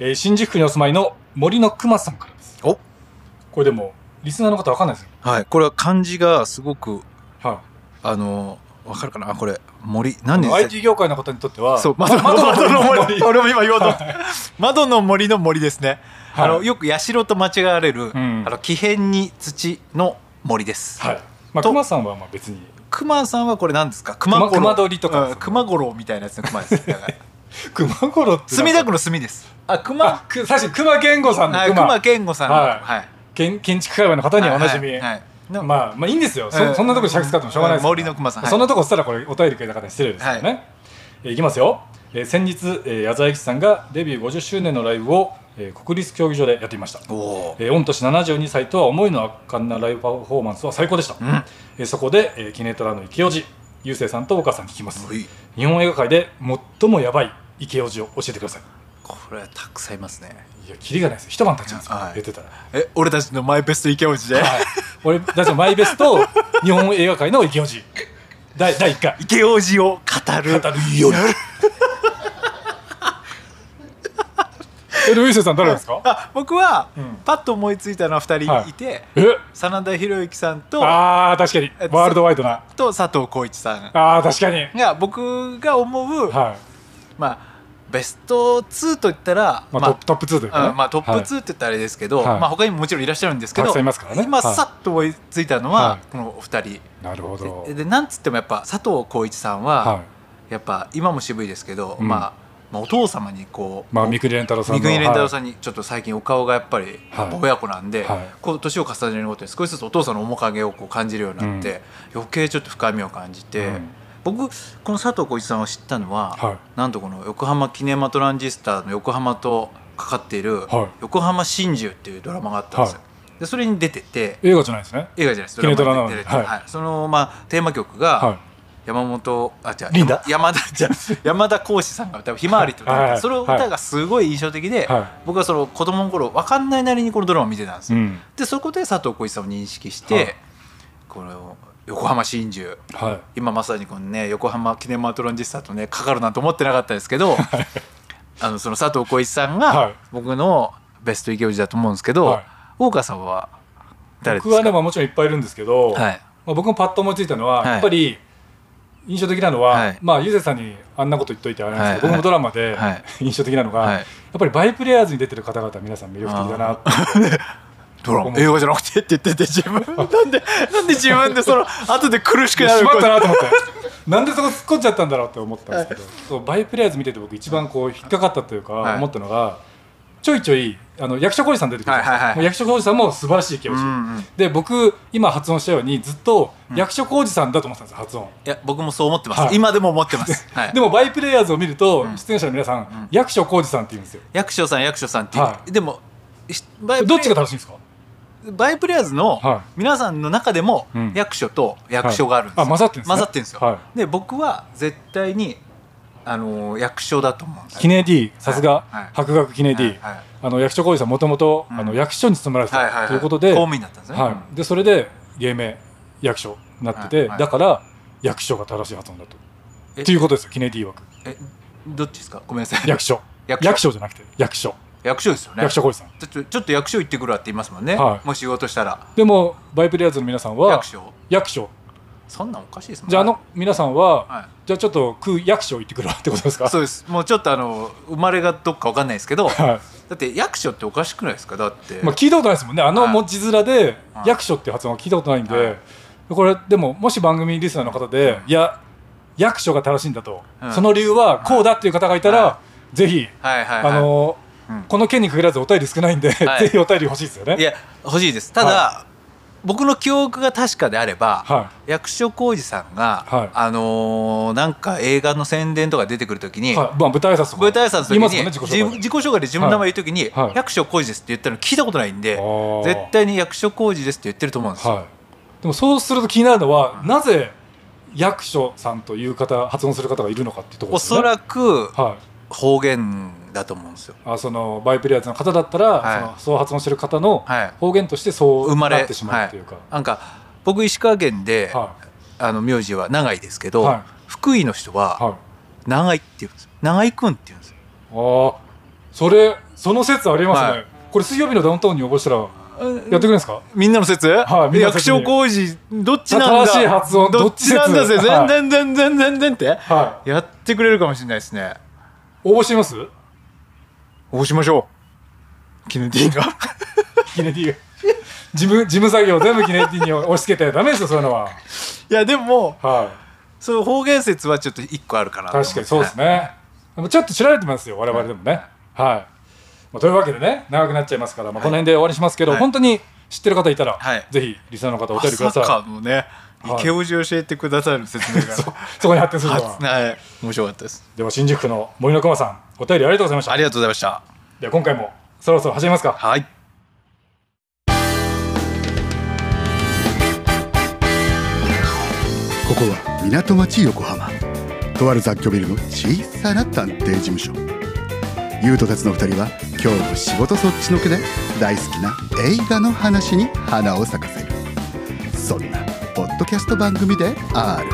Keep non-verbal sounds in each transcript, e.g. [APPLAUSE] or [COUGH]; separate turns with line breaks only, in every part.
えー新宿区にお住まいの森の熊さんからです。
お
これでも、リスナーの方わかんないですよ。
はい。これは漢字がすごく、
はい。
あの、わかるかなあこれ、森。何
あ
で
の
す
IT 業界の方にとっては、
そう、
ま
窓
窓
窓の
の
森。
森。
[LAUGHS] 俺も今言おうと思った。窓の森の森ですね。
はい
あの、よく社と間違われる、
ん
あの、木片に土の森です。
はい。まあ、
と
熊さんはまあ別に、
熊さんはこれ何ですか
熊
熊五郎
熊取とか
うん熊五郎みたいなやつの
[LAUGHS]
熊です。だから
熊五郎ってなんか。
墨田区の墨です。あ、熊、
あ
は、
く最初、熊健吾さんの
い
熊
熊、健吾さんの。
はい
はい。
建建築界隈の方にはおなじみ。
はいはいの
まあ、まあいいんですよ。そ,、
うん
そんなとこで尺使ってもしょうがないですから。
森の熊さんはい
そんなとこしたらこれお便りくれた方に失礼ですからね。、
はい
えーいきますよ。えー先日、えー、矢沢永吉さんがデビュー50周年のライブを、えー国立競技場でやっていました。
おおー。
えー御年72歳とは思いの圧巻なライブパフォーマンスは最高でした、
ん
えーそこで、えー、キネトラの池オジゆうせいさんと岡さん聞きます
おい
日本映画界で最もやばい池オジを教えてください
これはたくさんいますね。
いやキリがないですよ一晩経っちゃうんですよ、
はい
言ってたら、
え、俺たちのマイベスト池王子
[LAUGHS]
で。
はい、俺たちのマイベスト日本映画界の池オジ第第1回
池王子を語る。
語るよりえでゆうせいさん誰ですか
[LAUGHS] あ、僕は
ん、
パッと思いついたのは二人いて、
え
真田広之さんと、
あー確かに
えっと
ワールドワイドな
と佐藤浩市さん
あー確かに
が僕が思う、
はい
まあベスト2といったら、
まあ、トップトップ2というか、ね
うんまあ、トップ
はい
2って言ったらあれですけど、
はい
まあ、他にももちろんいらっしゃるんですけど
たくさんいますからね
今
はい
さっと思いついたのは、
はい
このお二人
なるほど
で。でなんつってもやっぱ佐藤浩市さんは、
は
やっぱ今も渋いですけど、
うん
まあ、まあお父様にこ
い。
う、
まあ三國連太郎さんの。
三國連太郎さ
ん。
んにちょっと最近お顔がやっぱり
はい
親子なんで、
はい
こう年を重ねるごとに少しずつお父さんの面影をこう感じるようになって、余計ちょっと深みを感じて、
うん
僕この佐藤浩市さんを知ったのは、
はい
なんとこの横浜キネマトランジスタの横浜とかかっている
はい
「横浜真珠」っていうドラマがあったんですよ。
は
でそれに出てて
映画じゃないですね。
映画じゃないです
キネトラなの
に
に
出てて、
はい
はいその、まあ、テーマ曲が、
は
山本あ違う
リンダ
山山田じゃ山田浩志さんが歌う「ひまわり」と歌って、
はいはい
その歌がすごい印象的で、
はい
僕はその子供の頃分かんないなりにこのドラマを見てたんです
い。う
よ、
ん。
でそこで佐藤浩市さんを認識して、
はい
この横浜真珠
はい。
今まさにこのね横浜キネマトロンジスタとねかかるなんて思ってなかったですけどあのその佐藤浩市さん
は
が
い
僕のベストイケオジだと思うんですけど、
はい
大川さんは誰です
僕
か
はねまあもちろんいっぱいいるんですけど、
はい
まあ僕もパッと思いついたのは
はい
やっぱり印象的なのは、
はい
まあゆうせいさんにあんなこと言っといてあれなんですけど、
はい
僕もドラマで、
はい
[LAUGHS] 印象的なのが、
はい
やっぱりバイプレイヤーズに出てる方々皆さん魅力的だなって。
ドラマ映画じゃなくてって言ってて自分なんでなんで自分でそ [LAUGHS] の後で苦しくな
し
る
ま
こ
っ
と
たなと思ってなんでそこ突っ込んじゃったんだろうって思ったんですけど、そうバイプレイヤーズ見てて僕一番こう引っかかったというか
はい
思ったのが、ちょいちょいあの役所広司さん出てくるじゃないですか
はいはいはい
もう役所広司さんも素晴らしい気持ち、
うんうん
で僕今発音したようにずっと役所広司さんだと思ってたんですよ発音、
いや僕もそう思ってます、
はい
今でも思ってます、はい、
でもバイプレイヤーズを見ると、出演者の皆さん、役所広司さんって言うんですよ
役所さん役所さんっていう、
は
でもしバイプレ
どっちが楽しいんですか
バイプレイヤーズの
は
皆さんの中でも
うん
役所と役所があるんですよ、
はいあ混ざってんですね
混ざってんですよ、
は
で僕は絶対にあのー役所だと思うんです
キネ D さすが
はい
博学キネ D、
はいはい
あの役所広司さんもともとあの役所に勤められて
はいはいは
た
い
ということで、
公務員だったんですね、
はい、でそれで芸名役所になってて、
はいはい
だから役所が正しい発音だと。
え
っていうことですよ、キネディ
[LAUGHS]
枠。
えどっちですかごめんなさい
役所。
役
役
所
所じゃなくて、役所。
役所ですよね
役所広司さん。
ちょっとちょっと役所行ってくるわって言いますもんね、
はい
もう仕事したら
でも、バイプレイヤーズの皆さんは、
役所
役所
そんなんおかしいですもんね
じゃあ、あの皆さんは、
はい
じゃあちょっと空役所行ってくるわって [LAUGHS] ことですか
そうですもうちょっとあの生まれがどっかわかんないですけど、
は
だって役所っておかしくないですかだって、
い。まあ、聞いたことないですもんね。あの
はい
文字面で、
はい
役所っていう発音は聞いたことないんで、
はい
これ、でも、もし番組リスナーの方で、いや、役所が正しいんだと、
うん
その理由はこうだっていう方がいたら、
は
ぜひ、
はいはいはい
あのー
うん
この件に限らずお便り少ないんで、
はい
ぜひお便り欲しいですよね。
いや欲しいですただ、
は
僕の記憶が確かであれば、
は
役所広司さんが、
はい
あのーなんか映画の宣伝とか出てくるときに、
はい、まあ舞台挨拶とか。
舞台挨拶
言い
の
ま
時
す
に
もんね、
自
自己紹介で
自己紹介で自分の名前言うときに、
はいはい
役所広司ですって言ったの聞いたことないんで
あー
絶対に役所広司ですって言ってると思うんですよ、
はい。でもそうすると気になるのは、なぜ役所さんという方発音する方がいるのかっていうところ
お
ですよ
そ
ね。
らく
はい。
方言だと思うんですよ
あそのバイプレイヤーズの方だったら、
はい
そのそう発音してる方の
はい
方言としてそ
生
う
まれ
なってしまうというか。
なんか僕石川県で、
は
あの名字は長井ですけど、
はい
福福井の人は
はい
長井って言うんですよ長井くんって言うんですよ
ああそれその説ありますね、
はい
これ水曜日のダウンタウンに応募したらやってくれるんですか
みんなの説、
はいみんなの
役
説
所広司どっちなんだ
正しい発音
どっちなんだぜ
どっち説
全然全然全然って、
は
やってくれるかもしれないですね
い応募してみます
応募しましょうキネディーが
キネティが事務事務作業全部キネティに押し付けてダメですよそういうのはい
やでも
は
その方言説はちょっと一個あるかないと思
確かにそうですねでもちょっと知られてますよ我々でもねはいまあ、というわけでね長くなっちゃいますから、まあ、この辺で終わりしますけど、
はい
本当に知ってる方いたら、
はい
ぜひリスナーの方お
ま
便りくだ
さ
さい
かのね
はい
池叔父教えてくださる説明
そ
が
そこに発展するのは
初はい面白かったです
では新宿区の森の熊さんお便りありがとうございました
ありがとうございました
では今回もそろそろ始めますか
はい
ここは港町横浜とある雑居ビルの小さな探偵事務所優斗たちの2人は今日も仕事そっちのけで大好きな映画の話に花を咲かせるそんなポッドキャスト番組である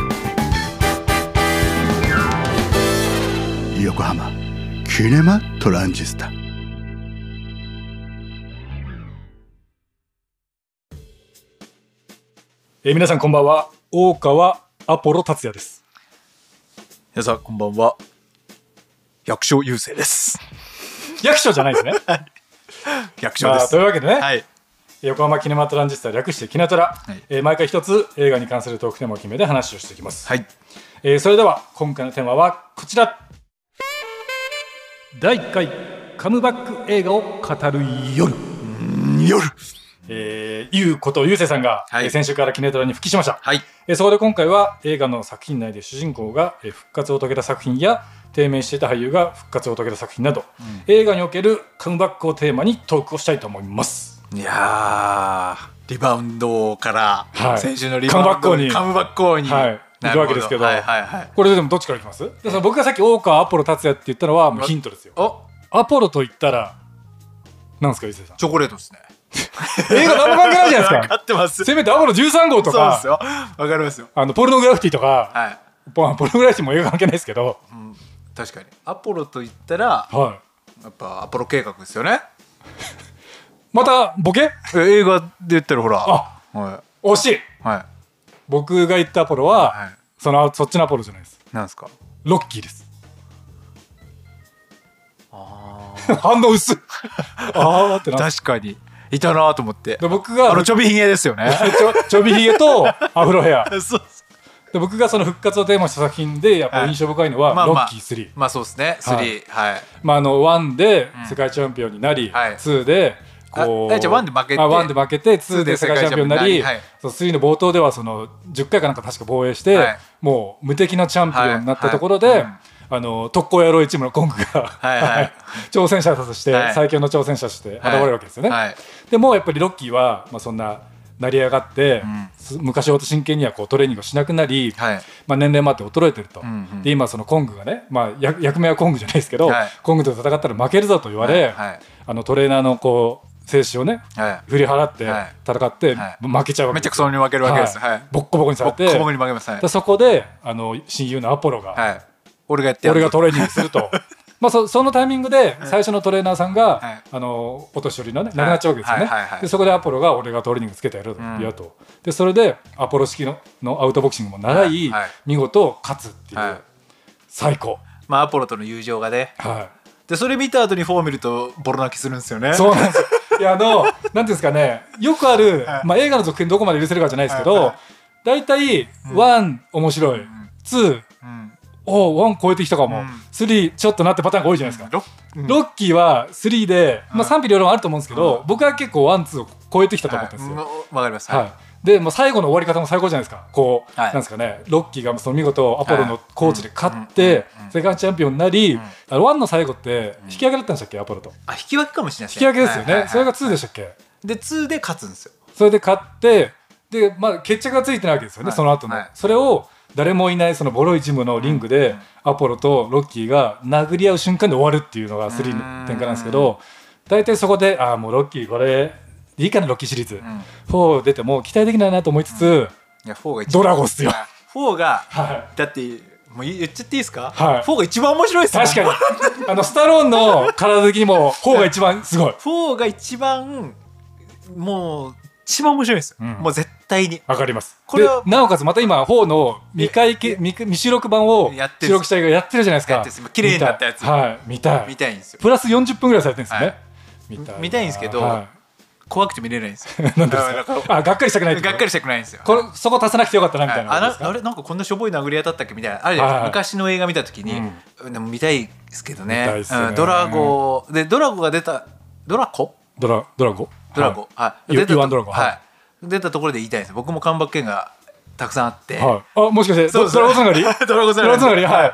横浜キネマトランジスタ
えー皆さんこんばんは大川アポロ達也です
皆さんこんばんは百姓優勢です
役所じゃないですね、
百姓
ま
で
あ、と
す
いうわけでね、
はい
横浜キネマトランジスタ略してキナトラ、
い
えー毎回一つ映画に関するトークテーマを決めて話をしていきます、
はい
えーそれでは今回のテーマはこちら第1回カムバック映画を語る夜
夜
えー、ゆうことゆうせいさんが、
はい
えー先週からキネトラに復帰しました、
はい
えーそこで今回は映画の作品内で主人公がえー復活を遂げた作品や低迷していた俳優が復活を遂げた作品など、映画におけるカムバックをテーマにトークをしたいと思います。
いやーリバウンドから、
はい
先週のリバウンド
カムバック王に
カムバック王に、
はい
な
行く
る
わ
ほ
け
ど
ですけど
はいはいはい
これでもどっちからいきますでその僕がさっき大川アポロ達也って言ったのはもうヒントですよ。
お
アポロと言ったらなんですか伊勢さん。
[LAUGHS] チョコレートですね
映画何も関係ないじゃないで
分
す
か
か。
ってますそう
せめてアポロ13号と
です
か
よわかりますよ
あのポルノグラフィティとか、
はい
ポポルノグラフィティも映画関係ないですけど、
確かにアポロと言ったら
はい、
やっぱアポロ計画ですよね
またボケ
え映画で言ったらほら
あ
は
惜しい
いは
僕が言ったアポロは、
はい
そのそっちのアポロじゃないです。
いなんですか
ロッキーです。 [LAUGHS] 反応
[LAUGHS]
薄い。あーってなっ
確かにいたなと思って
で僕が
あのちょびひげですよね
ちょ [LAUGHS] ちょびひげとアフロヘア。
そう
で僕がその復活をテーマにした作品でやっぱ印象深いのは、
まあ
ロ
まあ
ッキー3。
まあそうですね3はい
まああの1で世界チャンピオンになり、
はい
2でこう
あえじゃあ1で負けて
あ1で負けて2で
2で
世
世
界
界
チ
チ
ャ
ャ
ン
ン
ピ
ピ
オ
オ
ン
ン
に
に
な
な
り、
り
その3の冒頭ではその10回かなんか確か防衛して、
はい
もう無敵のチャンピオンになったところで、
はいはい
あの特攻野郎一部のコングが、
いはい
[LAUGHS] 挑戦者として、
はい
最強の挑戦者として現れるわけですよね。
はい
でもやっぱりロッキーは、まあ、そんな成り上がって、す昔ほど真剣にはこうトレーニングをしなくなり、
はい
まあ、年齢もあって衰えてると、
んうん
で今そのコングがね、まあ、役役名はコングじゃないですけど、
はい
コングと戦ったら負けるぞと言われ、
はいはい
あのトレーナーのこう精神をね
は
振り払って
はい
戦って、
はい
負けちゃう
い
わ
め
け
ちゃくそに負けるわけですはい
ボッコボコにされ
ボ
て
ッコボコに負けますはい
でそこであの親友のアポロが、
はい俺がやってやる
俺がトレーニングする
[LAUGHS]
と。まあ、そそのタイミングで最初のトレーナーさんが、
はい
あのお年寄りのね亡くなっちゃうわけですよね、
はいはいはい
でそこでアポロが俺がトレーニングつけてやると言うと、でそれでアポロ式ののアウトボクシングも習い、
はいはい
見事勝つっていう、
はい
最高、
まあアポロとの友情がね
は
でそれ見た後にフォー見るとボロ泣きするんですよね
い、そうなん
[LAUGHS]
ですよいやあのなんていうんですかねよくある、まあ、映画の続編どこまで許せるかじゃないですけ
はい
ど
は
大体、ワン面白い、ツー
うん
おワン超えてきたかも、
うん
スリーちょっとなってパターンが多いじゃないですか、
ロうん
ロッキーは3で、まあ、賛否両論あると思うんですけど、僕は結構ワンツーを超えてきたと思ったんですよ。
は
はい
いうんわかります
でもう最後の終わり方も最高じゃないですかこう、
はい
なんですかねロッキーがその見事アポロのコーチで勝って、
うんうん
世界チャンピオンになり、あのワンの最後って引き上げだったんでしたっけアポロと
あ引き分けかもしれない
引き上げですよね、
はいはいはい
それが2でしたっけ、
で2で勝つんですよ
それで勝ってで、まあ、決着がついてないわけですよね、
はい
その後の、
はい
それを誰もいないそのボロいジムのリングで、アポロとロッキーが殴り合う瞬間で終わるっていうのが3の展開なんですけど大体そこでああもうロッキーこれいいかなロッキーシリーズ、4出ても期待できないなと思いつつ、
いや4が一番
ドラゴンっすよ。
4が
は
だってもう言っちゃっていいですか、
はい
フォーが一番面白いですね
確かにあのスタローンの体的にも方が一番すごい
フォーが一番もう一番面白いですよ、
うん
もう絶対に
わかります
これは
でなおかつまた今方の未解決未未収録版を
やってる
収録した映画やってるじゃないです
や
か
ってるんです今綺麗になったやつ
見いはい見たい
見たいんですよ
プラス40分ぐらいされてるんですよね、
はい
見たいな
見たいんですけど
は
怖くて見れないんですよ
い、なんでですか
だから
あがっかりしたくないてこと
がっかりしたくないんですよ
これそこ足さなくてよかったなみ
は
た
い
いなことで
あな
すか、
あれなんかこんなしょぼい殴り当たったっけみたいなあるじゃない
は
ですか
い
昔の映画見た時に、でも見たいですけど
見た
ね
いっすよね
うんドラゴでドラゴが出たドラコ
ドラドラゴ
ドラゴ、はい
い
出たと
イワンドラゴ
はい
は
出たところで言いたいです僕も関白券がたくさんあって、
はい、はい、あもしかして
そう
ド
そ
ドラ
う
ゴつなが
[LAUGHS]
り
ドラゴつ
ド
ながり
ラゴつながりはい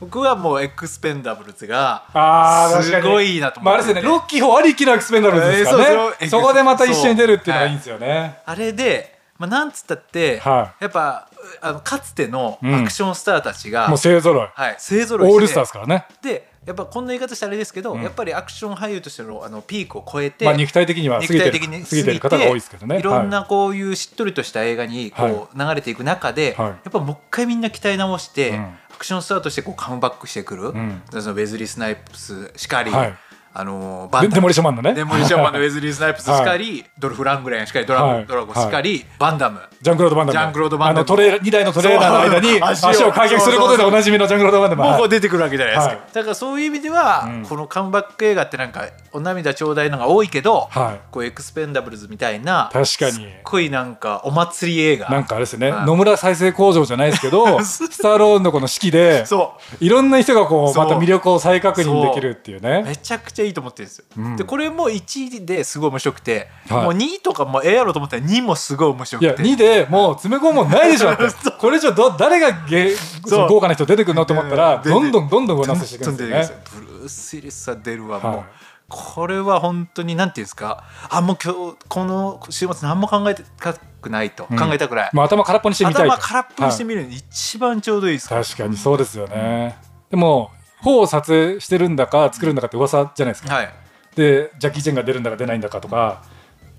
僕はもうエクスペンダブルズが
あー確
す
かに
ごいなと思
まあ、あ
っ
れ
て
ですよねロッキー4ありきのエクスペンダブルズですからね、
えーそうそう
そこでまた一緒に出るっていうのがいいんですよね、
あれで、まあ、なんつったって、
は
やっぱうあのかつての
うん
アクションスターたちが、
もう勢ぞろい
はい、勢ぞろいして
オールスターですからね
でやっぱこんな言い方したらあれですけど、やっぱりアクション俳優としてのあのピークを超えて、
まあ、肉体的には過ぎ
肉体
て
的
る
に
過ぎてる方が多いですけどね
いろん
は
なこういうしっとりとした映画にこう流れていく中で、
はい
やっぱもう一回みんな鍛え直して、
うん
アクションスターとしてこうカムバックしてくる、
ん
そのウェズリー・スナイプスしかり、
はい
あの
い
バ
で
ン
デ
ダ
モ
ム
リションマンのね
デモリションマンのウェズリー・スナイプスしかり、ドルフ・ラングレンしかりドラゴ,、
はい
ドラゴしかり、バンダム
ジャンクロード・バンダム
ジャンクロードバンダム
あのトレー2台のトレーラーの間に
そう
足を開脚することでおなじみのジャンクロード・バンダム
もうこう
はい
出てくるわけじゃないですか、
は
だからそういう意味では、
うん
このカムバック映画ってなんかお涙ちょうだいのが多いけど、
はい
こうエクスペンダブルズみたいな
確かに
すっごいなんかお祭り映画
なんかあれですね
はい
野村再生工場じゃないですけ
[LAUGHS]
どスタローンのこの式で
そ
いろんな人がこう
そう
また魅力を再確認できるっていう
うめ
ね
ちゃくちゃいいと思ってるんですよ、
ん
でこれも1位ですごい面白くて、
はい
もう2位とかもええやろと思ったら2もすごい面白
いや
くて
2でもう詰め込むもんないでしょだって
[LAUGHS] そう
これ以上ど誰がげその豪華な人出てくるのと思ったら
うん
どんどんどんどん上乗せしていく
ど
ん
んど
で
ん
す
出てくる
よ
ん
ね
ですよブルース・ウィリスは出るわもう、
はい
これは本当になんていうんですかあもう今日この週末何も考えたくないと、
うん
考えたくない、
まあ頭空っぽにしてみたいと
頭空っぽにしてみるのに一番ちょうどいいですから、
確かにそうですよね、でも方を撮影してるんだか作るんだかって噂じゃないですか
はい
でジャッキー・チェンが出るんだか出ないんだかとか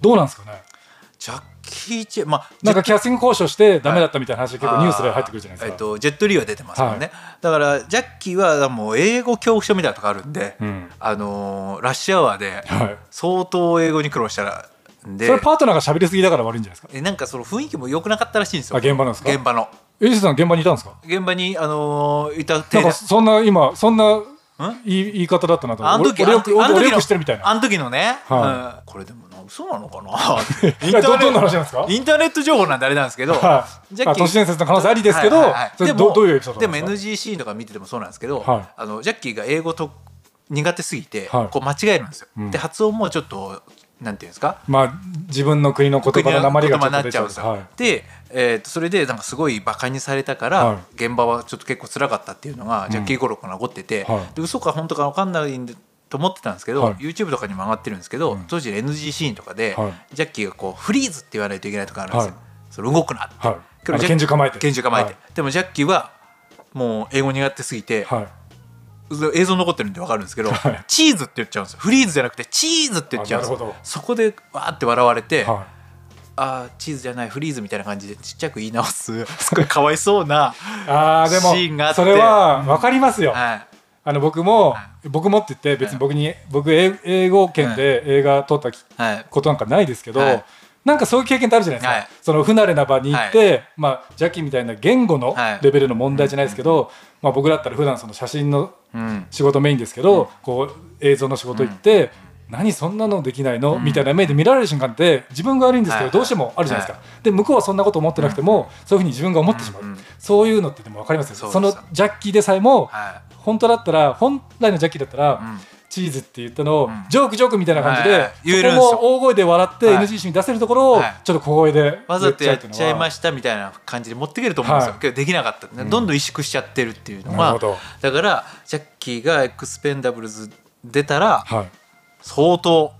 どうなんですかね
ジャッキー・チェンまあ
なんかキャスティング交渉してダメだったみたいな話が結構ニュースで入ってくるじゃないです
えっ
か、
と、ジェット・リーは出てますからね、だからジャッキーはもう英語恐怖症みたいなとこあるんで、
うん
あのーラッシュアワーで
はい
相当英語に苦労したらんで
それパートナーが喋りすぎだから悪いんじゃないですか
えなんかその雰囲気も良くなかったらしいんですよ
あ現場なんですか
現場の
エイジさん現場にいたんですか
現場にあのーいた
なん
手
かそんな今そんな言い言い方だったなと
あの
思っ
時
て俺
あの時
俺
あ
よ
の
く俺
時
よ
の
くしてるみたいな
あの時のね、
は
うんこれでもな嘘なのかな
[LAUGHS] いやどどんな話なんですか
[LAUGHS] インターネット情報なんであれなんですけど、
はい
ジャッキー
あ都市伝説の可能性ありですけど
はいはいはい
それ
で
ど
も
どういうエピソード
で
な
も
んですか
NG シーンとか見ててもそうなんですけど、
はい
あのジャッキーが英語と苦手すぎて、
はい
こう間違えるんですよ、
ん
で発音もちょっとなんていうんですか
まあ自分の国の言葉の訛りがちょっ
国の言葉
と
になっ
出
ち
ち
ゃ
ゃ
う
うんんです
で
す
よ、
はい
で、えーとそれでなんかすごいバカにされたから、
はい
現場はちょっと結構辛かったっていうのがジャッキー・ゴロコが残ってて、
はい
で嘘か本当か分かんないんでと思ってたんですけど、
はい
YouTube とかにも上がってるんですけど、当時 NG シーンとかで、
は
ジャッキーがこうフリーズって言わないといけないとかあるんですよ、
はい
それ動くなって、
はい
け
あ
ど
の
ジャッ
拳銃構えて
拳銃構えて、
は
でもジャッキーはもう英語苦手すぎて、
はい
映像残ってるんで分かるんですけど、
はい
チーズって言っちゃうんですよフリーズじゃなくてチーズって言っちゃうんです
あなる
よ
ほど
そこでわーって笑われて、
は
あーチーズじゃないフリーズみたいな感じでちっちゃく言い直す [LAUGHS] すごいかわいそうな、
い、あーで
シーンがあっ
も
て
それは分かりますよ、
は
あの僕も、僕もって言って別に僕に、僕英英語圏で映画撮ったき
いはい、
ことなんかないですけど、
はい
なんかそういう経験ってあるじゃないですか、
はい
その不慣れな場に行って、まあ、ジャッキーみたいな言語の
はい
レベルの問題じゃないですけど、まあ、僕だったら普段その写真の
うん、
仕事メインですけど、こう映像の仕事行って、何そんなのできないの、みたいな目で見られる瞬間って自分が悪いんですけど、
はい
どうしてもあるじゃないですか、で向こうはそんなこと思ってなくても、そういうふうに自分が思ってしまう、
うんうん
そういうのってでも分かりますよ
そう
そ
です
のジャッキーでさえも、
は
本当だったら本来のジャッキーだったら、
ん
チーズって言ったのを、
ん
ジョークジョークみたいな感じ
は
で、
いはい言えるんですよ
そこも大声で笑って
はい
NG シーンに出せるところを、
はい
ちょっと小声で
い、わざとやっ
言
ちゃいま
し
したみたいな感じで持ってくると思うんですよ、
はい
けどできなかった、どんどん萎縮しちゃってるっていうの
なる
が
ほど
だからジャッキーがエクスペンダブルズ出たら
はい、
相当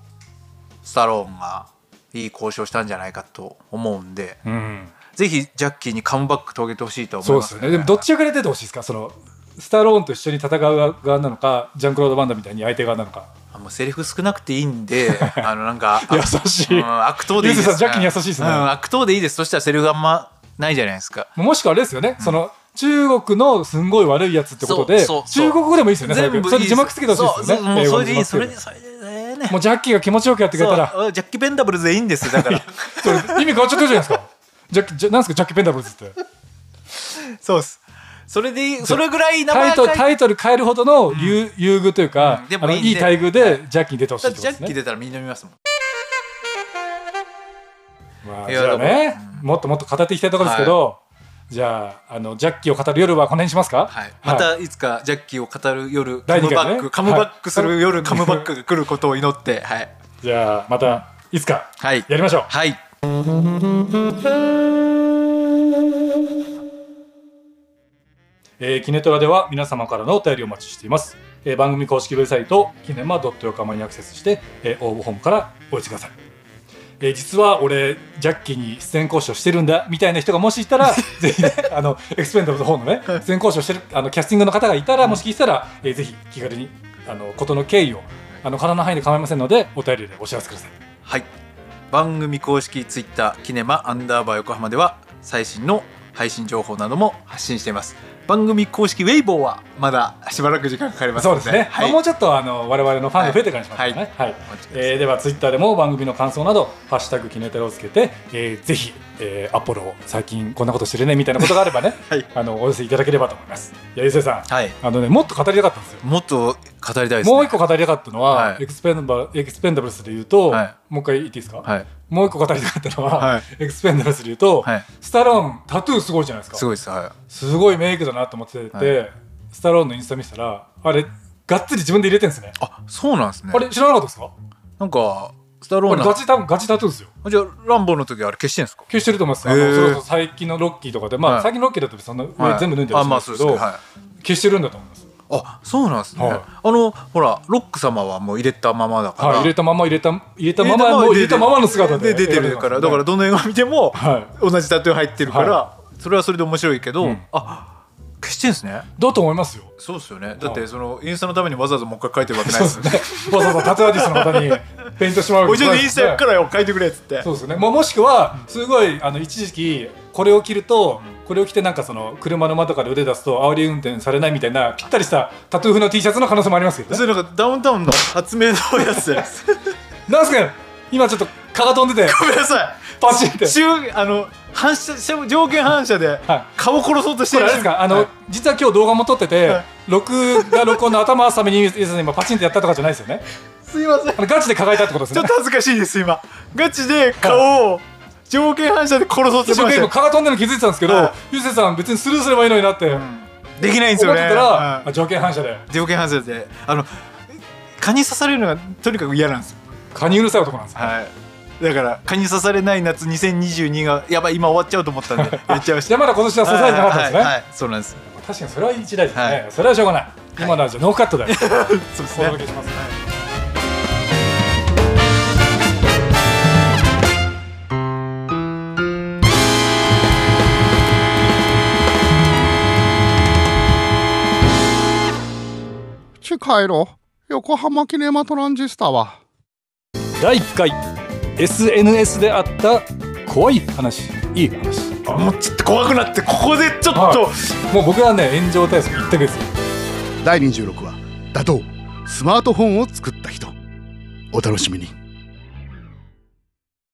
スタローンがいい交渉したんじゃないかと思うんで、
うん、
ぜひジャッキーにカムバック遂げてほしいと思い
そう
ま
です
す
よねでもどっちが出てほしいですかそのスタローンと一緒に戦う側なのかジャンクロード・バンダみたいに相手側なのか
あもうセリフ少なくていい
[LAUGHS]
んであのなんか
優しい
うん、悪党でいいで
ゆずさん
す
ジャッキーに優しいですね
うん、悪党でいいですそしたらセリフがあんまないじゃないですか
もしくはあれですよね、その中国のすんごい悪いやつってことで
そうそうそ
中
う
国語でもいいですよね
全部いい
それで字幕つけてほしいですよ
そう
ね
もう
英
そ
語の
れで
字
いい
幕
それ
つけ
で
て
それでね
もうジャッキーが気持ちよくやってくれたら
そうジャッキー・ベンダブルズでいいんですよだから
それ意味変わっちゃってるじゃないですかジャッキジャなんすかジャッキー・ペンダブルズって
そうっすそれでいいそれぐらい名
タ
前
イトル
変え
タイトル変えるほどの優,、優遇というか、
うんで
あ
も
の
いいんで
いい待遇でジャッキーに出てほしい
だ
っ
って
こと
てジャ
です
ッキー
ね。
出たらみんな見ますもん
まあ、
い
じ
や
ゃあね、もっともっと語っていきたいところですけど、じゃああのジャッキーを語る夜はこの辺にしますか、
はい、またいつかジャッキーを語る夜カ
第二
ムバ
回ね
ック、カムバックす
は
る
い
夜カムバックが来ることを祈ってはい
じゃあまたいつか
はい
やりましょう。
はい
えーキネトラでは皆様からのお便りをお待ちしています、えー番組公式ウェブサイトキネマドットヨカマにアクセスして、えー応募ホームからお寄せください、えー実は俺ジャッキーに出演交渉してるんだみたいな人がもしいた [LAUGHS] らぜひねあのエクスペンダブルの方のね出演交渉してるあのキャスティングの方がいたらもし聞いてたら、えーぜひ気軽にあの事の経緯をあの体の範囲で構いませんのでお便りでお知らせください
はい番組公式ツイッターキネマアンダーバー横浜では最新の配信情報なども発信しています番組公式ウェイボーはまだしばらく時間かかります
そ
の
う
で
ですね、
は
まあ
い
もうちょっとあの我々のファンが増えてからにしますからね、はい
お待ちください
えーではツイッターでも番組の感想など「ハッシュタグキネテラ」をつけて、えーぜひ、えーアポロを最近こんなことしてるねみたいなことがあればね、
[LAUGHS] はい
あのお寄せいただければと思いますいやゆうせいさん
はい
あのねもっと語りたかったんですよ
もっと語りたいですね
もう一個語りたかったのは、
はい
エクスペンダエクスペンダブルスで言うと、
はい
もう一回言っていいですか、
はい
もう一個語りたかったのは、
はい
エクスペンダブルスで言うと、
はい
スタローンタトゥーすごいじゃないですか
すごいですは
すごいメイクだなと思ってて、スタローンのインスタ見てたらあれがっつり自分で入れてるんですね
いあそうなんですね
あれ知らなかったですか
なんかスタロ
こ
ー
れ
ナ
ガチ多分ガチタトゥーですよ
じゃあランボーの時あれ消してんですか
消してると思います、あ
へ
の
ー
それこそ最近のロッキーとかで、まあ
はい
最近のロッキーだとそんな上
はい
全部脱いでる
あ
んで
まあ
すけ
そうです
ど、
ねはい
消してるんだと思います、
あそうなんですね、
はい
あのほらロック様はもう入れたままだから、
はい、入れたまま入れた入れたままもう入れたままの姿で
出てるから、
描
だか
い
ら
て
どの映画見ても、
ますねはい
同じタトゥー入ってるから、
は
それはそれで面白いけど、
うん
あ消してんですね
だと思いますよ
そうですよねだってそのインスタのためにわざわざもう一回書いてるわけないですよね
わざわざタトゥーアーティストの方にペイントしてもらう
[LAUGHS] おいちょっと
い
インスタやっからよ書いてくれっつって
そうですねもうもしくはすごいあの一時期これを着るとこれを着てなんかその車の窓から腕出すと煽り運転されないみたいなぴったりしたタトゥー風の T シャツの可能性もありますけどね
それなんかダウンタウンの発明のやつです
なんすか今ちょっと蚊が飛んでて
ごめんなさ
[LAUGHS] パチンって
い中あの反射条件反射で
はい
顔殺そうとして
これ
る
あれですかあの、
はい
実は今日動画も撮ってて、
はい
録画録音の頭挟みにゆうせいさん今パチンってやったとかじゃないですよね
すいません
あのガチで輝いたってことです
ちょ
ね
っと恥ずかしいです今ガチで顔を条件反射で殺そうと
で
しま
僕
し
今
た
蚊が飛んでるの気づいてたんですけど、
はい
ゆうせいさん別にスルーすればいいのになって、思って
できないんです
た
よね
ら、
は
あ条件反射で
い条件反射であの蚊に刺されるのがとにかく嫌なんですよ
蚊にうるさい男なんですね、
はいだから蚊に刺されない夏2022がやばい今終わっちゃうと思ったん
[LAUGHS]
で言っちゃいまし
じゃ
た
あまだ今年は刺されてなかったんですね、
はいはいはいそうなんです
確かにそれは一大事ですね、
は
それはしょうがない今のはじゃあノーカットで
そうです
お
ね
届けしますね
近いろ横浜キネマトランジスタは
第1回 SNS であった怖い話いい話
あもうちょっと怖くなってここでちょっと、
はもう僕はね炎上対策一択ですよ
第26話打倒スマートフォンを作った人お楽しみに